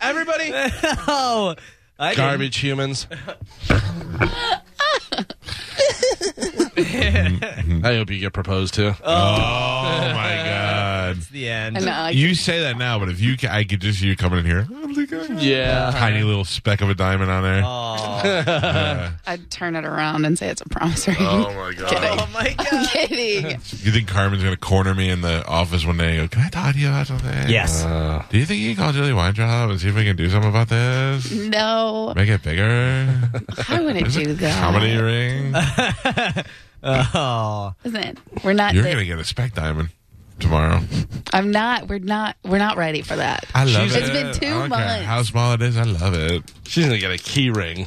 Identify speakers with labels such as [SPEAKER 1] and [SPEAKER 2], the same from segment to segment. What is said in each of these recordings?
[SPEAKER 1] Everybody,
[SPEAKER 2] Oh, I didn't-
[SPEAKER 1] garbage humans. I hope you get proposed to.
[SPEAKER 3] Oh my god.
[SPEAKER 2] The end.
[SPEAKER 4] And I,
[SPEAKER 3] You say that now, but if you, ca- I could just see you coming in here. Oh my God.
[SPEAKER 1] Yeah.
[SPEAKER 3] Tiny little speck of a diamond on there. Oh,
[SPEAKER 4] I'd turn it around and say it's a promise ring.
[SPEAKER 3] my
[SPEAKER 4] Kidding.
[SPEAKER 2] Oh my
[SPEAKER 4] I'm
[SPEAKER 2] god.
[SPEAKER 4] kidding.
[SPEAKER 3] You think Carmen's gonna corner me in the office one day? And go, can I talk to you about something? Uh,
[SPEAKER 2] Yes.
[SPEAKER 1] Uh,
[SPEAKER 3] do you think you can call Julie Weintraub and see if we can do something about this?
[SPEAKER 4] No,
[SPEAKER 3] Make it bigger.
[SPEAKER 4] I wouldn't
[SPEAKER 3] Is it
[SPEAKER 4] do that.
[SPEAKER 3] Comedy ring.
[SPEAKER 2] Oh.
[SPEAKER 4] Listen, we're not.
[SPEAKER 3] You're
[SPEAKER 4] thi-
[SPEAKER 3] gonna get a spec diamond tomorrow.
[SPEAKER 4] I'm not. We're not. We're not ready for that.
[SPEAKER 3] I love it.
[SPEAKER 4] It's been two
[SPEAKER 3] I don't care
[SPEAKER 4] months.
[SPEAKER 3] How small it is, I love it.
[SPEAKER 1] She's going to get a key ring.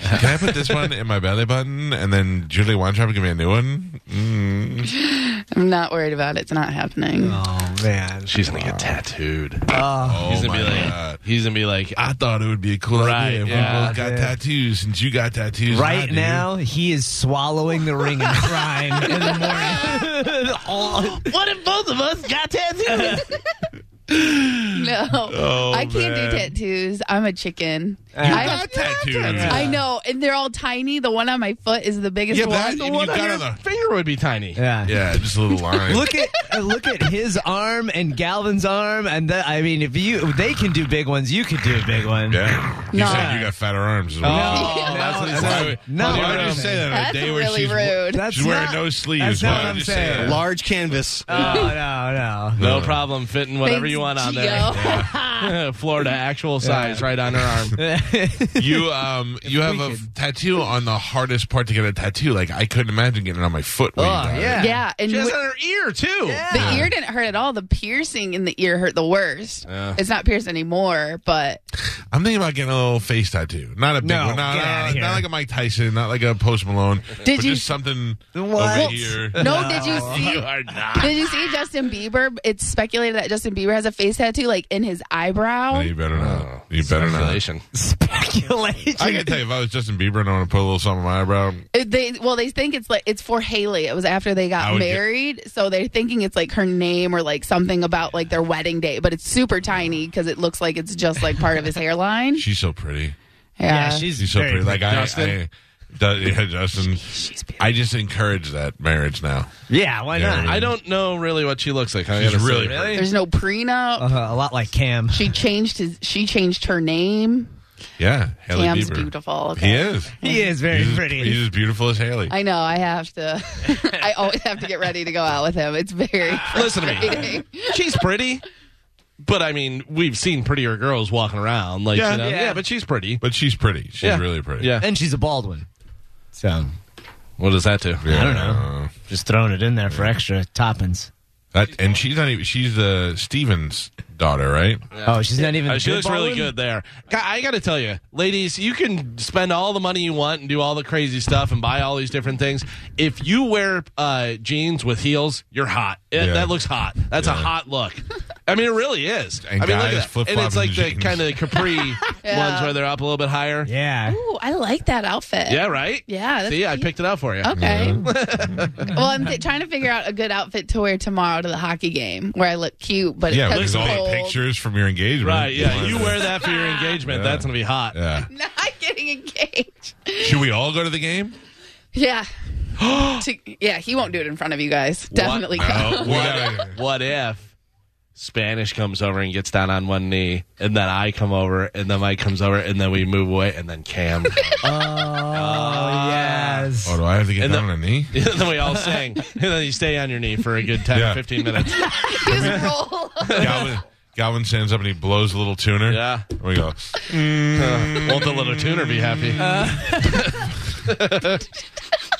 [SPEAKER 3] Can I put this one in my belly button and then Julie Weintraub give me a new one? Mm.
[SPEAKER 4] I'm not worried about it. It's not happening.
[SPEAKER 2] Oh man.
[SPEAKER 1] She's going to get tattooed.
[SPEAKER 3] Oh
[SPEAKER 1] he's
[SPEAKER 3] my
[SPEAKER 1] gonna be like, uh,
[SPEAKER 3] god.
[SPEAKER 1] he's gonna be like, "Ah,
[SPEAKER 3] I thought it would be a cool
[SPEAKER 1] Right,
[SPEAKER 3] idea if
[SPEAKER 1] yeah,
[SPEAKER 3] we both got
[SPEAKER 2] dude.
[SPEAKER 3] tattoos since you got tattoos. and I
[SPEAKER 2] Right
[SPEAKER 3] do.
[SPEAKER 2] now, he is swallowing the ring and crying in the morning. All- what if both of us got tattoos?
[SPEAKER 4] No,
[SPEAKER 3] Oh,
[SPEAKER 4] I can't
[SPEAKER 3] man.
[SPEAKER 4] do tattoos. I'm a chicken.
[SPEAKER 3] You
[SPEAKER 4] I
[SPEAKER 3] got
[SPEAKER 4] have-
[SPEAKER 3] tattoos.
[SPEAKER 4] I know, and they're all tiny. The one on my foot is the biggest
[SPEAKER 3] Yeah, but
[SPEAKER 4] one.
[SPEAKER 3] that-
[SPEAKER 1] the
[SPEAKER 3] You
[SPEAKER 1] one on
[SPEAKER 3] got
[SPEAKER 1] your
[SPEAKER 3] another.
[SPEAKER 1] finger would be tiny.
[SPEAKER 2] yeah.
[SPEAKER 3] Yeah, just a little line.
[SPEAKER 2] Look at uh, look at his arm and Galvin's arm, and that I mean, if you they can do big ones, you could do a big one.
[SPEAKER 3] Yeah. You
[SPEAKER 4] No.
[SPEAKER 3] said you got fatter arms.
[SPEAKER 1] Oh, that's what he said.
[SPEAKER 2] No,
[SPEAKER 3] Why
[SPEAKER 2] no,
[SPEAKER 3] would
[SPEAKER 2] no.
[SPEAKER 3] you say that on
[SPEAKER 4] That's
[SPEAKER 3] a day where
[SPEAKER 4] really
[SPEAKER 3] she's,
[SPEAKER 4] rude.
[SPEAKER 2] That's
[SPEAKER 3] she's wearing
[SPEAKER 2] not-
[SPEAKER 3] no sleeves?
[SPEAKER 2] that's not
[SPEAKER 3] Why
[SPEAKER 2] what
[SPEAKER 3] would
[SPEAKER 2] I'm
[SPEAKER 3] you say
[SPEAKER 2] saying.
[SPEAKER 3] that?
[SPEAKER 1] Large canvas.
[SPEAKER 2] Oh no, no.
[SPEAKER 1] No problem fitting whatever you want on there. Florida actual size right on her arm.
[SPEAKER 3] You um you have a f- tattoo on the hardest part to get a tattoo. Like I couldn't imagine getting it on my foot. when you got it.
[SPEAKER 2] yeah.
[SPEAKER 4] Yeah, and
[SPEAKER 1] She has
[SPEAKER 4] wi-
[SPEAKER 1] it on her ear too.
[SPEAKER 4] the ear didn't hurt at all. The piercing in the ear hurt the worst.
[SPEAKER 1] Yeah.
[SPEAKER 4] It's not pierced anymore, but
[SPEAKER 3] I'm thinking about getting a little face tattoo. Not a big
[SPEAKER 2] No,
[SPEAKER 3] one. Not, uh,
[SPEAKER 2] get outta
[SPEAKER 3] not,
[SPEAKER 2] here.
[SPEAKER 3] not like a Mike Tyson. Not like a Post Malone.
[SPEAKER 4] Did
[SPEAKER 3] but
[SPEAKER 4] you-
[SPEAKER 3] just something
[SPEAKER 2] What?
[SPEAKER 3] over here?
[SPEAKER 4] no. Did you see?
[SPEAKER 1] You are not.
[SPEAKER 4] Did you see Justin Bieber? It's speculated that Justin Bieber has a face tattoo, like in his eyebrow.
[SPEAKER 3] No, you better not. You better not.
[SPEAKER 1] Speculation.
[SPEAKER 2] Speculation.
[SPEAKER 3] I can tell you, if I was Justin Bieber and I want to put a little something on my eyebrow,
[SPEAKER 4] It- They well, they think it's like it's for Haley. It was after they
[SPEAKER 3] I
[SPEAKER 4] got
[SPEAKER 3] would get-
[SPEAKER 4] married, so they're thinking it's like her name or like something about like their wedding day. But it's super tiny because it looks like it's just like part of his hairline.
[SPEAKER 3] she's so pretty.
[SPEAKER 4] Yeah,
[SPEAKER 2] yeah, she's,
[SPEAKER 3] She's so
[SPEAKER 2] very
[SPEAKER 3] pretty. Like I,
[SPEAKER 1] Justin?
[SPEAKER 3] I, Do- yeah, Justin. I just encourage that marriage now.
[SPEAKER 2] yeah. Why
[SPEAKER 3] Yeah,
[SPEAKER 2] not?
[SPEAKER 3] I
[SPEAKER 1] I don't know really what she looks like. I
[SPEAKER 3] She's
[SPEAKER 1] gotta say.
[SPEAKER 3] really
[SPEAKER 4] there's no prenup.
[SPEAKER 2] Uh, a lot like Cam.
[SPEAKER 4] She changed his. She changed her name.
[SPEAKER 3] Yeah, Haley
[SPEAKER 4] Cam's
[SPEAKER 3] Bieber.
[SPEAKER 4] beautiful.
[SPEAKER 3] He
[SPEAKER 4] Okay.
[SPEAKER 3] is.
[SPEAKER 2] He is very
[SPEAKER 3] He's as-
[SPEAKER 2] pretty.
[SPEAKER 3] He's as beautiful as Haley.
[SPEAKER 4] I know. I have to. I always have to get ready to go out with him. It's very.
[SPEAKER 1] Listen to me.
[SPEAKER 4] frustrating.
[SPEAKER 1] She's pretty, but I mean, we've seen prettier girls walking around. Like,
[SPEAKER 3] Yeah.
[SPEAKER 1] you know,
[SPEAKER 2] Yeah.
[SPEAKER 1] yeah. but she's pretty.
[SPEAKER 3] But she's pretty. She's
[SPEAKER 1] Yeah.
[SPEAKER 3] really pretty.
[SPEAKER 1] Yeah.
[SPEAKER 2] and she's a Baldwin. So
[SPEAKER 1] What does that do?
[SPEAKER 3] Yeah.
[SPEAKER 2] I don't know. Just throwing it in there for extra toppings.
[SPEAKER 3] That, and she's not even. She's uh, Steven's daughter, right?
[SPEAKER 2] Oh, she's not even.
[SPEAKER 1] Uh, she
[SPEAKER 2] good
[SPEAKER 1] looks really
[SPEAKER 2] Baldwin?
[SPEAKER 1] good there. Ga- I got to tell you, ladies, you can spend all the money you want and do all the crazy stuff and buy all these different things. If you wear uh, jeans with heels, you're hot. It-
[SPEAKER 3] Yeah.
[SPEAKER 1] That looks hot. That's a
[SPEAKER 3] Yeah.
[SPEAKER 1] hot look. I mean, it really is.
[SPEAKER 3] And
[SPEAKER 1] I mean,
[SPEAKER 3] guys
[SPEAKER 1] look at that.
[SPEAKER 3] flip-flopping
[SPEAKER 1] And it's like the
[SPEAKER 3] jeans.
[SPEAKER 1] kind of capri
[SPEAKER 4] Yeah.
[SPEAKER 1] ones where they're up a little bit higher. Yeah,
[SPEAKER 2] Yeah.
[SPEAKER 4] Ooh, I like that outfit.
[SPEAKER 1] right?
[SPEAKER 4] Yeah. that's
[SPEAKER 1] See, I
[SPEAKER 4] cute.
[SPEAKER 1] picked it up for you.
[SPEAKER 4] Okay. well, I'm th- trying to figure out a good outfit to wear tomorrow to the hockey game where I look cute, but
[SPEAKER 3] Yeah,
[SPEAKER 4] it's
[SPEAKER 3] because all
[SPEAKER 4] cold.
[SPEAKER 3] the pictures from your engagement.
[SPEAKER 1] Right, yeah.
[SPEAKER 3] wanna-
[SPEAKER 1] You wear that for your engagement.
[SPEAKER 3] Yeah.
[SPEAKER 1] That's going to be hot.
[SPEAKER 3] Yeah.
[SPEAKER 4] Not getting engaged.
[SPEAKER 3] Should we all go to the game?
[SPEAKER 4] Yeah. To- yeah, he won't do it in front of you guys. Definitely.
[SPEAKER 3] No, we
[SPEAKER 1] What,
[SPEAKER 3] gotta-
[SPEAKER 1] what if Spanish comes over and gets down on one knee, and then I come over, and then Mike comes over, and then we move away, and then Cam, comes.
[SPEAKER 2] Oh yes.
[SPEAKER 3] oh, do I have to get
[SPEAKER 1] And
[SPEAKER 3] down
[SPEAKER 1] the-
[SPEAKER 3] on a knee?
[SPEAKER 1] and then we all sing, and then you stay on your knee for a good ten
[SPEAKER 3] Yeah.
[SPEAKER 1] or fifteen minutes.
[SPEAKER 4] Just roll.
[SPEAKER 3] Galvin, Galvin stands up and he blows the little tuner.
[SPEAKER 1] Yeah, Mm.
[SPEAKER 3] We go.
[SPEAKER 1] won't the little tuner be happy?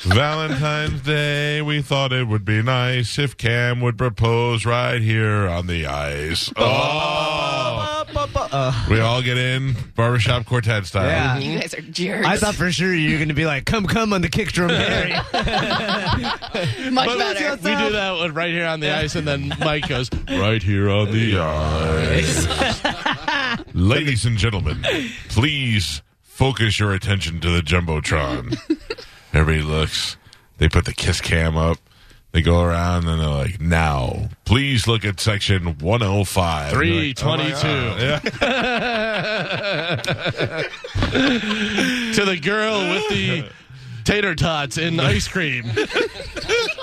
[SPEAKER 3] Valentine's Day. We thought it would be nice if Cam would propose right here on the ice. Oh,
[SPEAKER 2] bu- uh,
[SPEAKER 3] We all get in barbershop quartet style.
[SPEAKER 2] Yeah.
[SPEAKER 4] You guys are jerks.
[SPEAKER 2] I thought for sure you were going to be like, come, come on the kick drum, Harry.
[SPEAKER 4] much
[SPEAKER 1] But
[SPEAKER 4] better.
[SPEAKER 1] we do that one right here on the ice, and then Mike goes right here on the ice.
[SPEAKER 3] Ladies and gentlemen, please focus your attention to the jumbotron. Everybody looks. They put the kiss cam up. They go around and they're like, "Now, please look at section 105." And you're
[SPEAKER 1] Three
[SPEAKER 3] like, "Oh my
[SPEAKER 1] twenty-two.
[SPEAKER 3] God."
[SPEAKER 1] to the girl with the tater tots and ice cream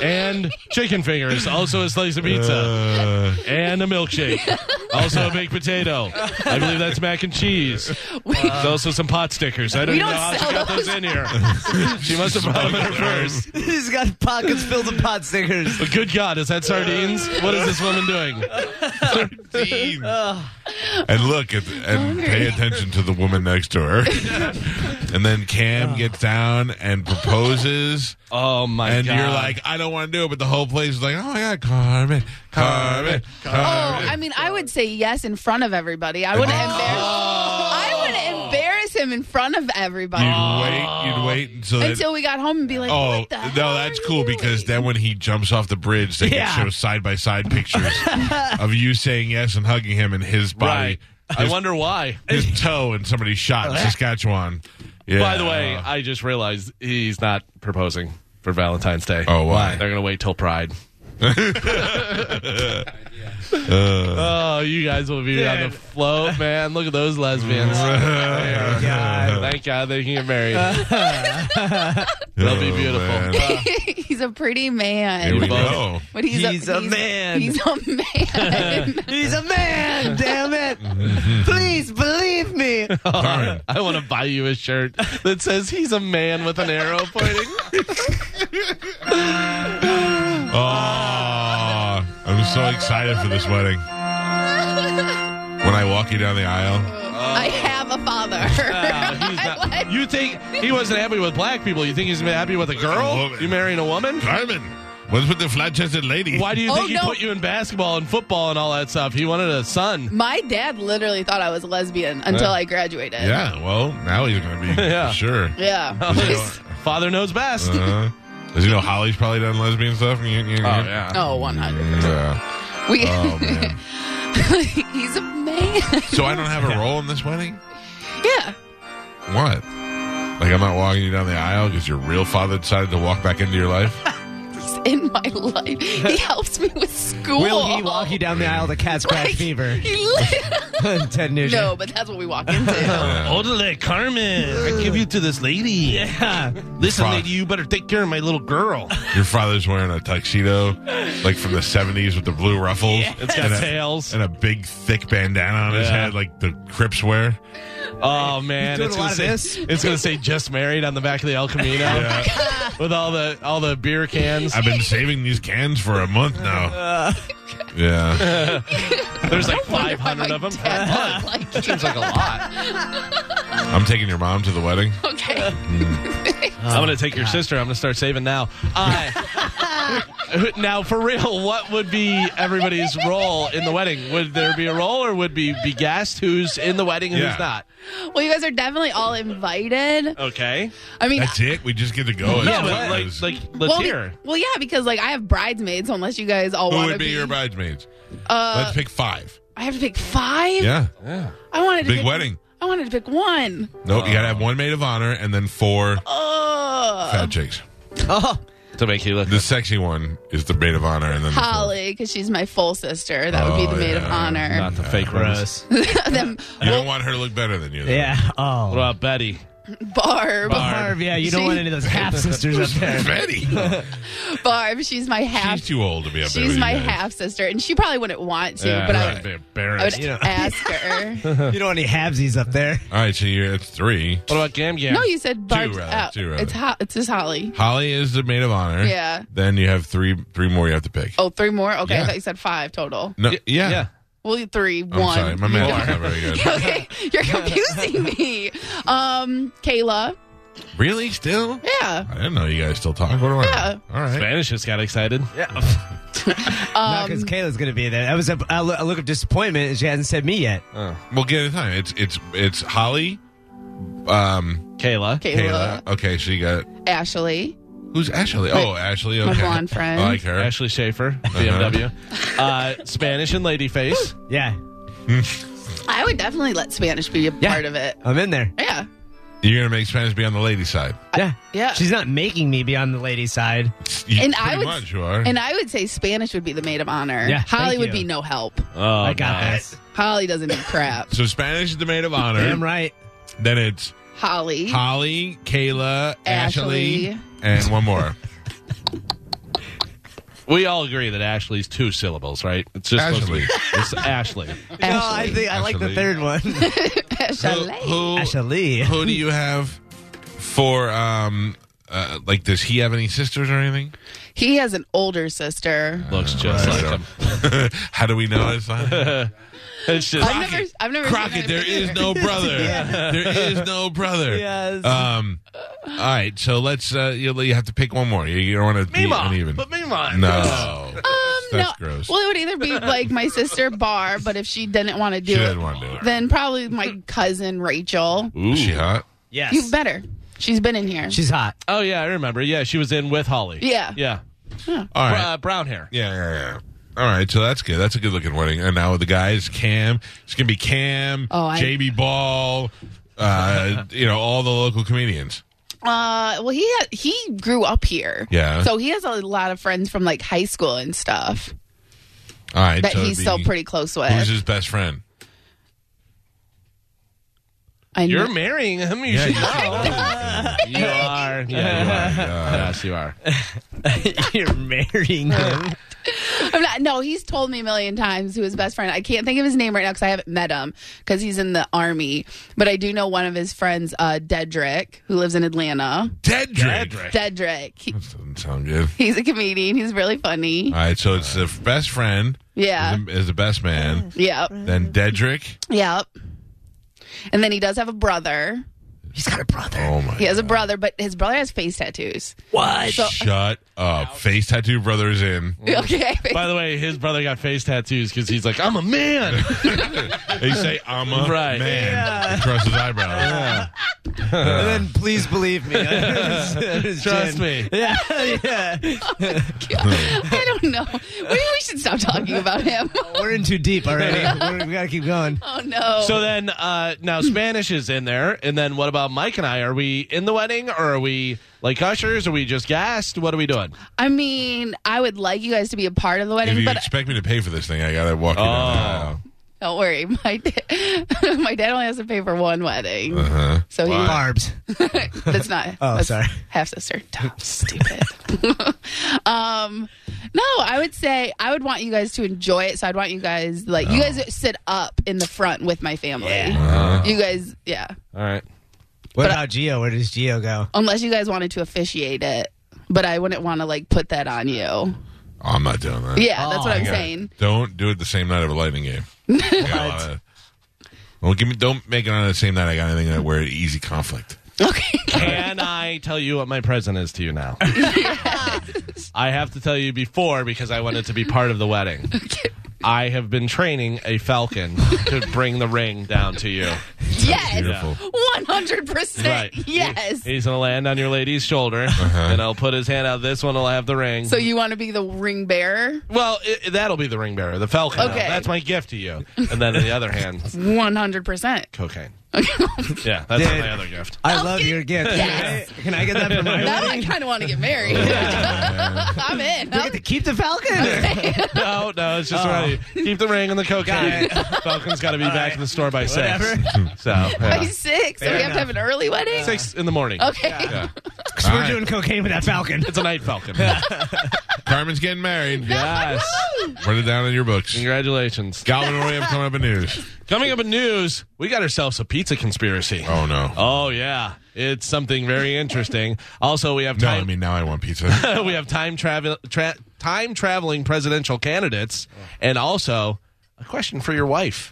[SPEAKER 1] and chicken fingers, also a slice of pizza
[SPEAKER 3] Uh,
[SPEAKER 1] and a milkshake, also a baked potato. I believe that's mac and cheese. There's also some pot stickers. I don't,
[SPEAKER 4] We
[SPEAKER 1] even
[SPEAKER 4] don't
[SPEAKER 1] know how
[SPEAKER 4] sell
[SPEAKER 1] she got those in here. She must have brought them in her purse.
[SPEAKER 2] He's got pockets filled with pot stickers.
[SPEAKER 1] But good God, is that sardines? What is this woman doing?
[SPEAKER 3] Dean. and look at and pay attention to the woman next to her. and then Cam gets down and proposes.
[SPEAKER 1] Oh my
[SPEAKER 3] and
[SPEAKER 1] God!
[SPEAKER 3] you're like, I don't want to do it, but the whole place is like, oh my god, Carmen, Carmen, Carmen.
[SPEAKER 4] Oh, I mean, I would say yes in front of everybody. I wouldn't embarrass. I
[SPEAKER 3] Oh.
[SPEAKER 4] would embarrass him in front of everybody
[SPEAKER 3] You'd wait, you'd wait until. it-
[SPEAKER 4] until we got home and be like,
[SPEAKER 3] oh
[SPEAKER 4] "What the hell
[SPEAKER 3] no, that's
[SPEAKER 4] are
[SPEAKER 3] cool
[SPEAKER 4] you
[SPEAKER 3] because
[SPEAKER 4] doing?"
[SPEAKER 3] then when he jumps off the bridge, they
[SPEAKER 2] Yeah.
[SPEAKER 3] can show side by side pictures of you saying yes and hugging him and his body,
[SPEAKER 1] right? I wonder why.
[SPEAKER 3] his toe, and somebody's shot in Saskatchewan. Yeah.
[SPEAKER 1] By the way, I just realized he's not proposing for Valentine's Day.
[SPEAKER 3] Oh, why?
[SPEAKER 1] They're gonna wait till Pride. oh, you guys will be on the float, man. Look at those lesbians. Thank God they can get married. They'll be
[SPEAKER 3] Oh,
[SPEAKER 1] beautiful.
[SPEAKER 3] man.
[SPEAKER 4] he's a pretty
[SPEAKER 3] Here
[SPEAKER 4] man.
[SPEAKER 3] we
[SPEAKER 1] both-
[SPEAKER 3] go.
[SPEAKER 4] But he's,
[SPEAKER 2] He's a man.
[SPEAKER 4] He's a man.
[SPEAKER 2] He's a man, damn it. Please believe me.
[SPEAKER 3] Carmen.
[SPEAKER 1] I want to buy you a shirt that says he's a man with an arrow pointing.
[SPEAKER 3] Oh, I'm so excited for this wedding. When I walk you down the aisle,
[SPEAKER 4] I have a father.
[SPEAKER 3] Uh,
[SPEAKER 1] Oh, he's not-
[SPEAKER 4] What?
[SPEAKER 1] you think he wasn't happy with black people? You think he's happy with a girl?
[SPEAKER 3] Woman.
[SPEAKER 1] You marrying a woman?
[SPEAKER 3] Carmen, what's with the flat-chested lady?
[SPEAKER 1] Why do you
[SPEAKER 4] Oh,
[SPEAKER 1] think he
[SPEAKER 4] no.
[SPEAKER 1] put you in basketball and football and all that stuff? He wanted a son.
[SPEAKER 4] My dad literally thought I was a lesbian until I graduated.
[SPEAKER 3] Yeah, Oh, well, now he's going to be
[SPEAKER 1] Yeah.
[SPEAKER 3] for sure.
[SPEAKER 4] Yeah.
[SPEAKER 1] Father knows best.
[SPEAKER 3] Uh, does he know Holly's probably done lesbian stuff? Oh, yeah.
[SPEAKER 4] Oh, 100.
[SPEAKER 3] Yeah.
[SPEAKER 4] We,
[SPEAKER 3] Oh, man.
[SPEAKER 4] he's a man.
[SPEAKER 3] So I don't have a role in this wedding?
[SPEAKER 4] Yeah.
[SPEAKER 3] What? Like I'm not walking you down the aisle because your real father decided to walk back into your life?
[SPEAKER 4] He's in my life. He helps me with school.
[SPEAKER 2] Will he walk you down the aisle to Cat Scratch
[SPEAKER 4] Like,
[SPEAKER 2] Fever?
[SPEAKER 4] he li-
[SPEAKER 2] Ted Nugent.
[SPEAKER 4] no, but that's what we walk into.
[SPEAKER 1] Odile, Carmen, I give you to this lady.
[SPEAKER 2] Yeah.
[SPEAKER 1] Listen,
[SPEAKER 3] Fuck.
[SPEAKER 1] lady, you better take care of my little girl.
[SPEAKER 3] Your father's wearing a tuxedo, like from the '70s with the blue ruffles.
[SPEAKER 1] It's got
[SPEAKER 3] and a,
[SPEAKER 1] tails.
[SPEAKER 3] and a big thick bandana on his
[SPEAKER 1] Yeah.
[SPEAKER 3] head, like the Crips wear.
[SPEAKER 1] Oh man,
[SPEAKER 2] doing
[SPEAKER 1] it's
[SPEAKER 2] a
[SPEAKER 1] gonna
[SPEAKER 2] lot of
[SPEAKER 1] say
[SPEAKER 2] this?
[SPEAKER 1] it's gonna say just married on the back of the El Camino with all the all the beer cans.
[SPEAKER 3] I've been saving these cans for a month now. Yeah,
[SPEAKER 1] There's like
[SPEAKER 4] Wonder why
[SPEAKER 1] 500
[SPEAKER 4] my
[SPEAKER 1] of them.
[SPEAKER 4] dad doesn't like
[SPEAKER 1] Seems like a lot.
[SPEAKER 3] I'm taking your mom to the wedding.
[SPEAKER 4] it. Okay.
[SPEAKER 1] I'm gonna take your sister. I'm gonna start saving now. Uh, now, for real, what would be everybody's role in the wedding? Would there be a role, or would be be guessed who's in the wedding and
[SPEAKER 3] Yeah.
[SPEAKER 1] who's not?
[SPEAKER 4] Well, you guys are definitely all invited.
[SPEAKER 1] Okay.
[SPEAKER 4] I mean,
[SPEAKER 3] That's it. We just get to go.
[SPEAKER 1] No,
[SPEAKER 3] It's
[SPEAKER 1] but like,
[SPEAKER 3] because-
[SPEAKER 1] like let's
[SPEAKER 4] well, be-
[SPEAKER 1] hear.
[SPEAKER 4] well, yeah, because like I have bridesmaids. So unless you guys all
[SPEAKER 3] who
[SPEAKER 4] want
[SPEAKER 3] would
[SPEAKER 4] to
[SPEAKER 3] be,
[SPEAKER 4] be,
[SPEAKER 3] your bridesmaids?
[SPEAKER 4] uh,
[SPEAKER 3] Let's pick five.
[SPEAKER 4] I have to pick five.
[SPEAKER 3] Yeah,
[SPEAKER 4] I wanted to
[SPEAKER 3] big
[SPEAKER 4] pick,
[SPEAKER 3] wedding.
[SPEAKER 4] I wanted to pick one.
[SPEAKER 3] Nope, you gotta have
[SPEAKER 4] Uh,
[SPEAKER 3] one maid of honor and then four
[SPEAKER 4] Oh,
[SPEAKER 3] fat chicks.
[SPEAKER 2] Oh,
[SPEAKER 1] To make you look.
[SPEAKER 3] The sexy one is the maid of honor, and then the-
[SPEAKER 4] Holly, because she's my full sister. That would be
[SPEAKER 3] Oh,
[SPEAKER 4] the maid of
[SPEAKER 3] yeah.
[SPEAKER 4] honor.
[SPEAKER 1] the fake rose.
[SPEAKER 4] Them
[SPEAKER 3] you don't want her to look better than you. though.
[SPEAKER 2] yeah. Oh.
[SPEAKER 1] What about Betty?
[SPEAKER 4] Barb,
[SPEAKER 2] Barb, yeah, you don't
[SPEAKER 4] See?
[SPEAKER 2] want any of those half sisters up there.
[SPEAKER 3] Betty,
[SPEAKER 4] Barb, she's my half.
[SPEAKER 3] she's too old to be up there.
[SPEAKER 4] She's
[SPEAKER 3] with you
[SPEAKER 4] my
[SPEAKER 3] guys.
[SPEAKER 4] half sister, and she probably wouldn't want to,
[SPEAKER 1] Yeah,
[SPEAKER 4] but I
[SPEAKER 3] Right.
[SPEAKER 4] would,
[SPEAKER 3] Be
[SPEAKER 4] I
[SPEAKER 3] embarrassed.
[SPEAKER 4] would
[SPEAKER 2] know.
[SPEAKER 4] ask her.
[SPEAKER 2] You don't want any halvesies up there.
[SPEAKER 3] All right, so you're at three.
[SPEAKER 1] What about Gam Gam?
[SPEAKER 4] No, you said Barb.
[SPEAKER 3] rather,
[SPEAKER 4] out.
[SPEAKER 3] two rather.
[SPEAKER 4] it's ho- it's just Holly.
[SPEAKER 3] Holly is the maid of honor.
[SPEAKER 4] Yeah.
[SPEAKER 3] Then you have three three more you have to pick.
[SPEAKER 4] Oh, three more. Okay,
[SPEAKER 3] Yeah.
[SPEAKER 4] I thought you said five total.
[SPEAKER 3] no,
[SPEAKER 1] Y-
[SPEAKER 3] yeah.
[SPEAKER 1] yeah.
[SPEAKER 4] Well, you- three,
[SPEAKER 3] I'm
[SPEAKER 4] one.
[SPEAKER 3] sorry, my math is not very good.
[SPEAKER 4] okay, you're confusing me. Um, Kayla,
[SPEAKER 3] Really? Still?
[SPEAKER 4] Yeah.
[SPEAKER 3] I didn't know you guys still talk. What do I?
[SPEAKER 4] Yeah.
[SPEAKER 3] All right.
[SPEAKER 1] Spanish just got excited.
[SPEAKER 2] because Kayla's going to be there. That was a, a look- a look of disappointment. and She hasn't said me yet.
[SPEAKER 1] Oh.
[SPEAKER 3] We'll get it time. It's it's it's Holly, um,
[SPEAKER 1] Kayla.
[SPEAKER 4] Kayla,
[SPEAKER 3] Kayla. Okay, so you got
[SPEAKER 4] Ashley,
[SPEAKER 3] who's Ashley? Oh, Ashley.
[SPEAKER 4] my
[SPEAKER 3] Okay,
[SPEAKER 4] blonde friend.
[SPEAKER 3] I like her.
[SPEAKER 1] Ashley Schaefer, BMW. Uh, Spanish and Ladyface.
[SPEAKER 2] Yeah,
[SPEAKER 4] I would definitely let Spanish be a
[SPEAKER 2] Yeah.
[SPEAKER 4] part of it.
[SPEAKER 2] I'm in there.
[SPEAKER 4] Yeah.
[SPEAKER 3] You're gonna make Spanish be on the lady side.
[SPEAKER 2] Yeah,
[SPEAKER 4] yeah.
[SPEAKER 2] She's not making me be on the lady side.
[SPEAKER 3] You,
[SPEAKER 4] And
[SPEAKER 3] pretty
[SPEAKER 4] I would-
[SPEAKER 3] much you are.
[SPEAKER 4] And I would say Spanish would be the maid of honor.
[SPEAKER 2] Yeah,
[SPEAKER 4] Holly
[SPEAKER 2] thank
[SPEAKER 4] would
[SPEAKER 2] you.
[SPEAKER 4] be no help.
[SPEAKER 1] Oh,
[SPEAKER 2] I got
[SPEAKER 1] nice.
[SPEAKER 2] this.
[SPEAKER 4] Holly doesn't do crap.
[SPEAKER 3] so Spanish is the maid of honor.
[SPEAKER 2] Damn right.
[SPEAKER 3] Then it's
[SPEAKER 4] Holly.
[SPEAKER 3] Holly, Kayla, Ashley,
[SPEAKER 4] Ashley.
[SPEAKER 3] and one more.
[SPEAKER 1] We all agree that Ashley's two syllables, right? It's just
[SPEAKER 3] Ashley.
[SPEAKER 1] Supposed to be, it's Ashley.
[SPEAKER 4] Ashley.
[SPEAKER 2] No, I think I like the
[SPEAKER 3] Ashley.
[SPEAKER 2] third one.
[SPEAKER 3] who,
[SPEAKER 4] Ashley.
[SPEAKER 3] who-
[SPEAKER 2] Ashley.
[SPEAKER 3] who do you have for um uh, like does he have any sisters or anything?
[SPEAKER 4] He has an older sister.
[SPEAKER 1] Looks just like him.
[SPEAKER 3] How do we know it's not?
[SPEAKER 1] It's just
[SPEAKER 4] I've never, I've never seen
[SPEAKER 3] Crockett,
[SPEAKER 4] her
[SPEAKER 3] there is
[SPEAKER 4] either.
[SPEAKER 3] no brother. There is no brother.
[SPEAKER 2] Yes.
[SPEAKER 3] Um. All right. So let's. Uh, you, you have to pick one more. You, you don't want to be
[SPEAKER 1] Mima,
[SPEAKER 3] uneven.
[SPEAKER 1] but Mima.
[SPEAKER 3] no.
[SPEAKER 4] Um,
[SPEAKER 3] That's
[SPEAKER 4] no.
[SPEAKER 3] gross.
[SPEAKER 4] Well, it would either be like my sister Barb, but if she didn't want to do
[SPEAKER 3] She
[SPEAKER 4] it,
[SPEAKER 3] didn't want to do it.
[SPEAKER 4] then probably my cousin Rachel.
[SPEAKER 3] Is she hot?
[SPEAKER 2] Yes.
[SPEAKER 4] You better. She's been in here.
[SPEAKER 2] She's hot.
[SPEAKER 1] Oh yeah, I remember. Yeah, she was in with Holly.
[SPEAKER 4] Yeah.
[SPEAKER 1] yeah.
[SPEAKER 3] All right.
[SPEAKER 1] Uh, brown hair.
[SPEAKER 3] yeah, yeah, yeah. All right. So that's good. That's a good looking wedding. And now the guys, Cam. It's gonna be Cam.
[SPEAKER 4] Oh, I-
[SPEAKER 3] JB Ball. Uh, you know all the local comedians.
[SPEAKER 4] Uh, well, he had, he grew up here.
[SPEAKER 3] Yeah.
[SPEAKER 4] So he has a lot of friends from like high school and stuff
[SPEAKER 3] All right.
[SPEAKER 4] that
[SPEAKER 3] so
[SPEAKER 4] he's
[SPEAKER 3] it'd
[SPEAKER 4] still
[SPEAKER 3] be-
[SPEAKER 4] pretty close with.
[SPEAKER 3] Who's his best friend?
[SPEAKER 4] I know.
[SPEAKER 1] You're marrying him. You should know. you are. Yeah, you are. yes, you are.
[SPEAKER 2] You're marrying him.
[SPEAKER 4] I'm not, no, he's told me a million times who his best friend. I can't think of his name right now because I haven't met him because he's in the army. But I do know one of his friends, uh, Dedrick, who lives in Atlanta.
[SPEAKER 3] Dedrick.
[SPEAKER 4] Dedrick, he,
[SPEAKER 3] Doesn't sound good.
[SPEAKER 4] he's a comedian. He's really funny.
[SPEAKER 3] All right. So it's the f- best friend.
[SPEAKER 4] Yeah.
[SPEAKER 3] Is the, is the best man.
[SPEAKER 4] Yep.
[SPEAKER 3] Then Dedrick.
[SPEAKER 4] Yep. And then he does have a brother.
[SPEAKER 2] He's got a brother.
[SPEAKER 3] Oh my.
[SPEAKER 4] He has a brother, but his brother has face tattoos.
[SPEAKER 2] What?
[SPEAKER 3] Shut up. Face tattoo brothers in.
[SPEAKER 4] Okay.
[SPEAKER 1] By the way, his brother got face tattoos because he's like, I'm a man.
[SPEAKER 3] They say I'm a
[SPEAKER 1] Right.
[SPEAKER 3] man. Across his eyebrows.
[SPEAKER 2] And then please believe me. Trust
[SPEAKER 1] Trust me.
[SPEAKER 2] Yeah, yeah.
[SPEAKER 4] I don't know. Maybe we should stop talking about him.
[SPEAKER 2] We're in too deep already. We're, we gotta keep going.
[SPEAKER 4] Oh no.
[SPEAKER 1] So then, uh, now Spanish is in there, and then what about Mike and I? Are we in the wedding, or are we like ushers? Are we just gassed? What are we doing?
[SPEAKER 4] I mean, I would like you guys to be a part of the
[SPEAKER 3] If
[SPEAKER 4] wedding,
[SPEAKER 3] you
[SPEAKER 4] but
[SPEAKER 3] expect me to pay for this thing, I gotta walk you down the aisle.
[SPEAKER 4] don't worry. My da- my dad only has to pay for one wedding,
[SPEAKER 3] Uh-huh.
[SPEAKER 4] so he
[SPEAKER 2] Barb's.
[SPEAKER 4] that's not.
[SPEAKER 2] Oh,
[SPEAKER 4] that's
[SPEAKER 2] sorry.
[SPEAKER 4] half sister. Dumb, stupid. um, no, I would say I would want you guys to enjoy it. So I'd want you guys like you guys sit up in the front with my family. You guys, yeah.
[SPEAKER 1] All right.
[SPEAKER 2] What about Geo? Where does Geo go?
[SPEAKER 4] Unless you guys wanted to officiate it, but I wouldn't want to like put that on you.
[SPEAKER 3] Oh, I'm not doing that.
[SPEAKER 4] Yeah, that's what I'm
[SPEAKER 3] Yeah.
[SPEAKER 4] saying.
[SPEAKER 3] Don't do it the same night of a lightning game. I got a lot of- well, give me. Don't make it on the same night. I got anything that where easy conflict.
[SPEAKER 4] Okay.
[SPEAKER 1] Can I tell you what my present is to you now? I have to tell you before because I wanted to be part of the wedding. I have been training a falcon to bring the ring down to you.
[SPEAKER 4] Yes.
[SPEAKER 3] Beautiful.
[SPEAKER 4] One hundred percent.
[SPEAKER 1] Right.
[SPEAKER 4] Yes.
[SPEAKER 1] He's gonna land on your lady's shoulder, and I'll put his hand out. This one will have the ring.
[SPEAKER 4] So you want to be the ring bearer?
[SPEAKER 1] well, i that'll be the ring bearer, the falcon.
[SPEAKER 4] Okay.
[SPEAKER 1] that's my gift to you. And then on the other hand,
[SPEAKER 4] One hundred percent.
[SPEAKER 1] cocaine. yeah, that's
[SPEAKER 2] Dude.
[SPEAKER 1] my other gift.
[SPEAKER 2] I love your gift.
[SPEAKER 4] Yes.
[SPEAKER 2] Can I get that for my
[SPEAKER 4] Now I
[SPEAKER 2] wedding?
[SPEAKER 4] kind of want to get married. I'm in.
[SPEAKER 2] I get to keep the Falcon.
[SPEAKER 1] No, no, it's just ready. Keep the ring and the cocaine. Falcon's got to be back in the store by six. So yeah.
[SPEAKER 4] I'm six. So we have to have an early wedding.
[SPEAKER 1] six in the morning.
[SPEAKER 4] Okay.
[SPEAKER 1] Yeah.
[SPEAKER 2] 'Cause we're doing cocaine with that Falcon.
[SPEAKER 1] It's a night falcon.
[SPEAKER 3] Carmen's getting married.
[SPEAKER 1] yes.
[SPEAKER 3] Write it down in your books.
[SPEAKER 1] Congratulations.
[SPEAKER 3] Galvin Roy have coming up in news.
[SPEAKER 1] Coming up in news, we got ourselves a pizza conspiracy. Oh,
[SPEAKER 3] Oh no.
[SPEAKER 1] yeah. It's something very interesting. Also, we have
[SPEAKER 3] no,
[SPEAKER 1] time
[SPEAKER 3] I mean now I want pizza.
[SPEAKER 1] we have time travel tra- time traveling presidential candidates and also a question for your wife.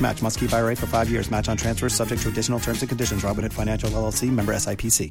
[SPEAKER 5] match. Must keep IRA for five years. Match on transfers subject to additional terms and conditions. Robinhood Financial LLC member SIPC.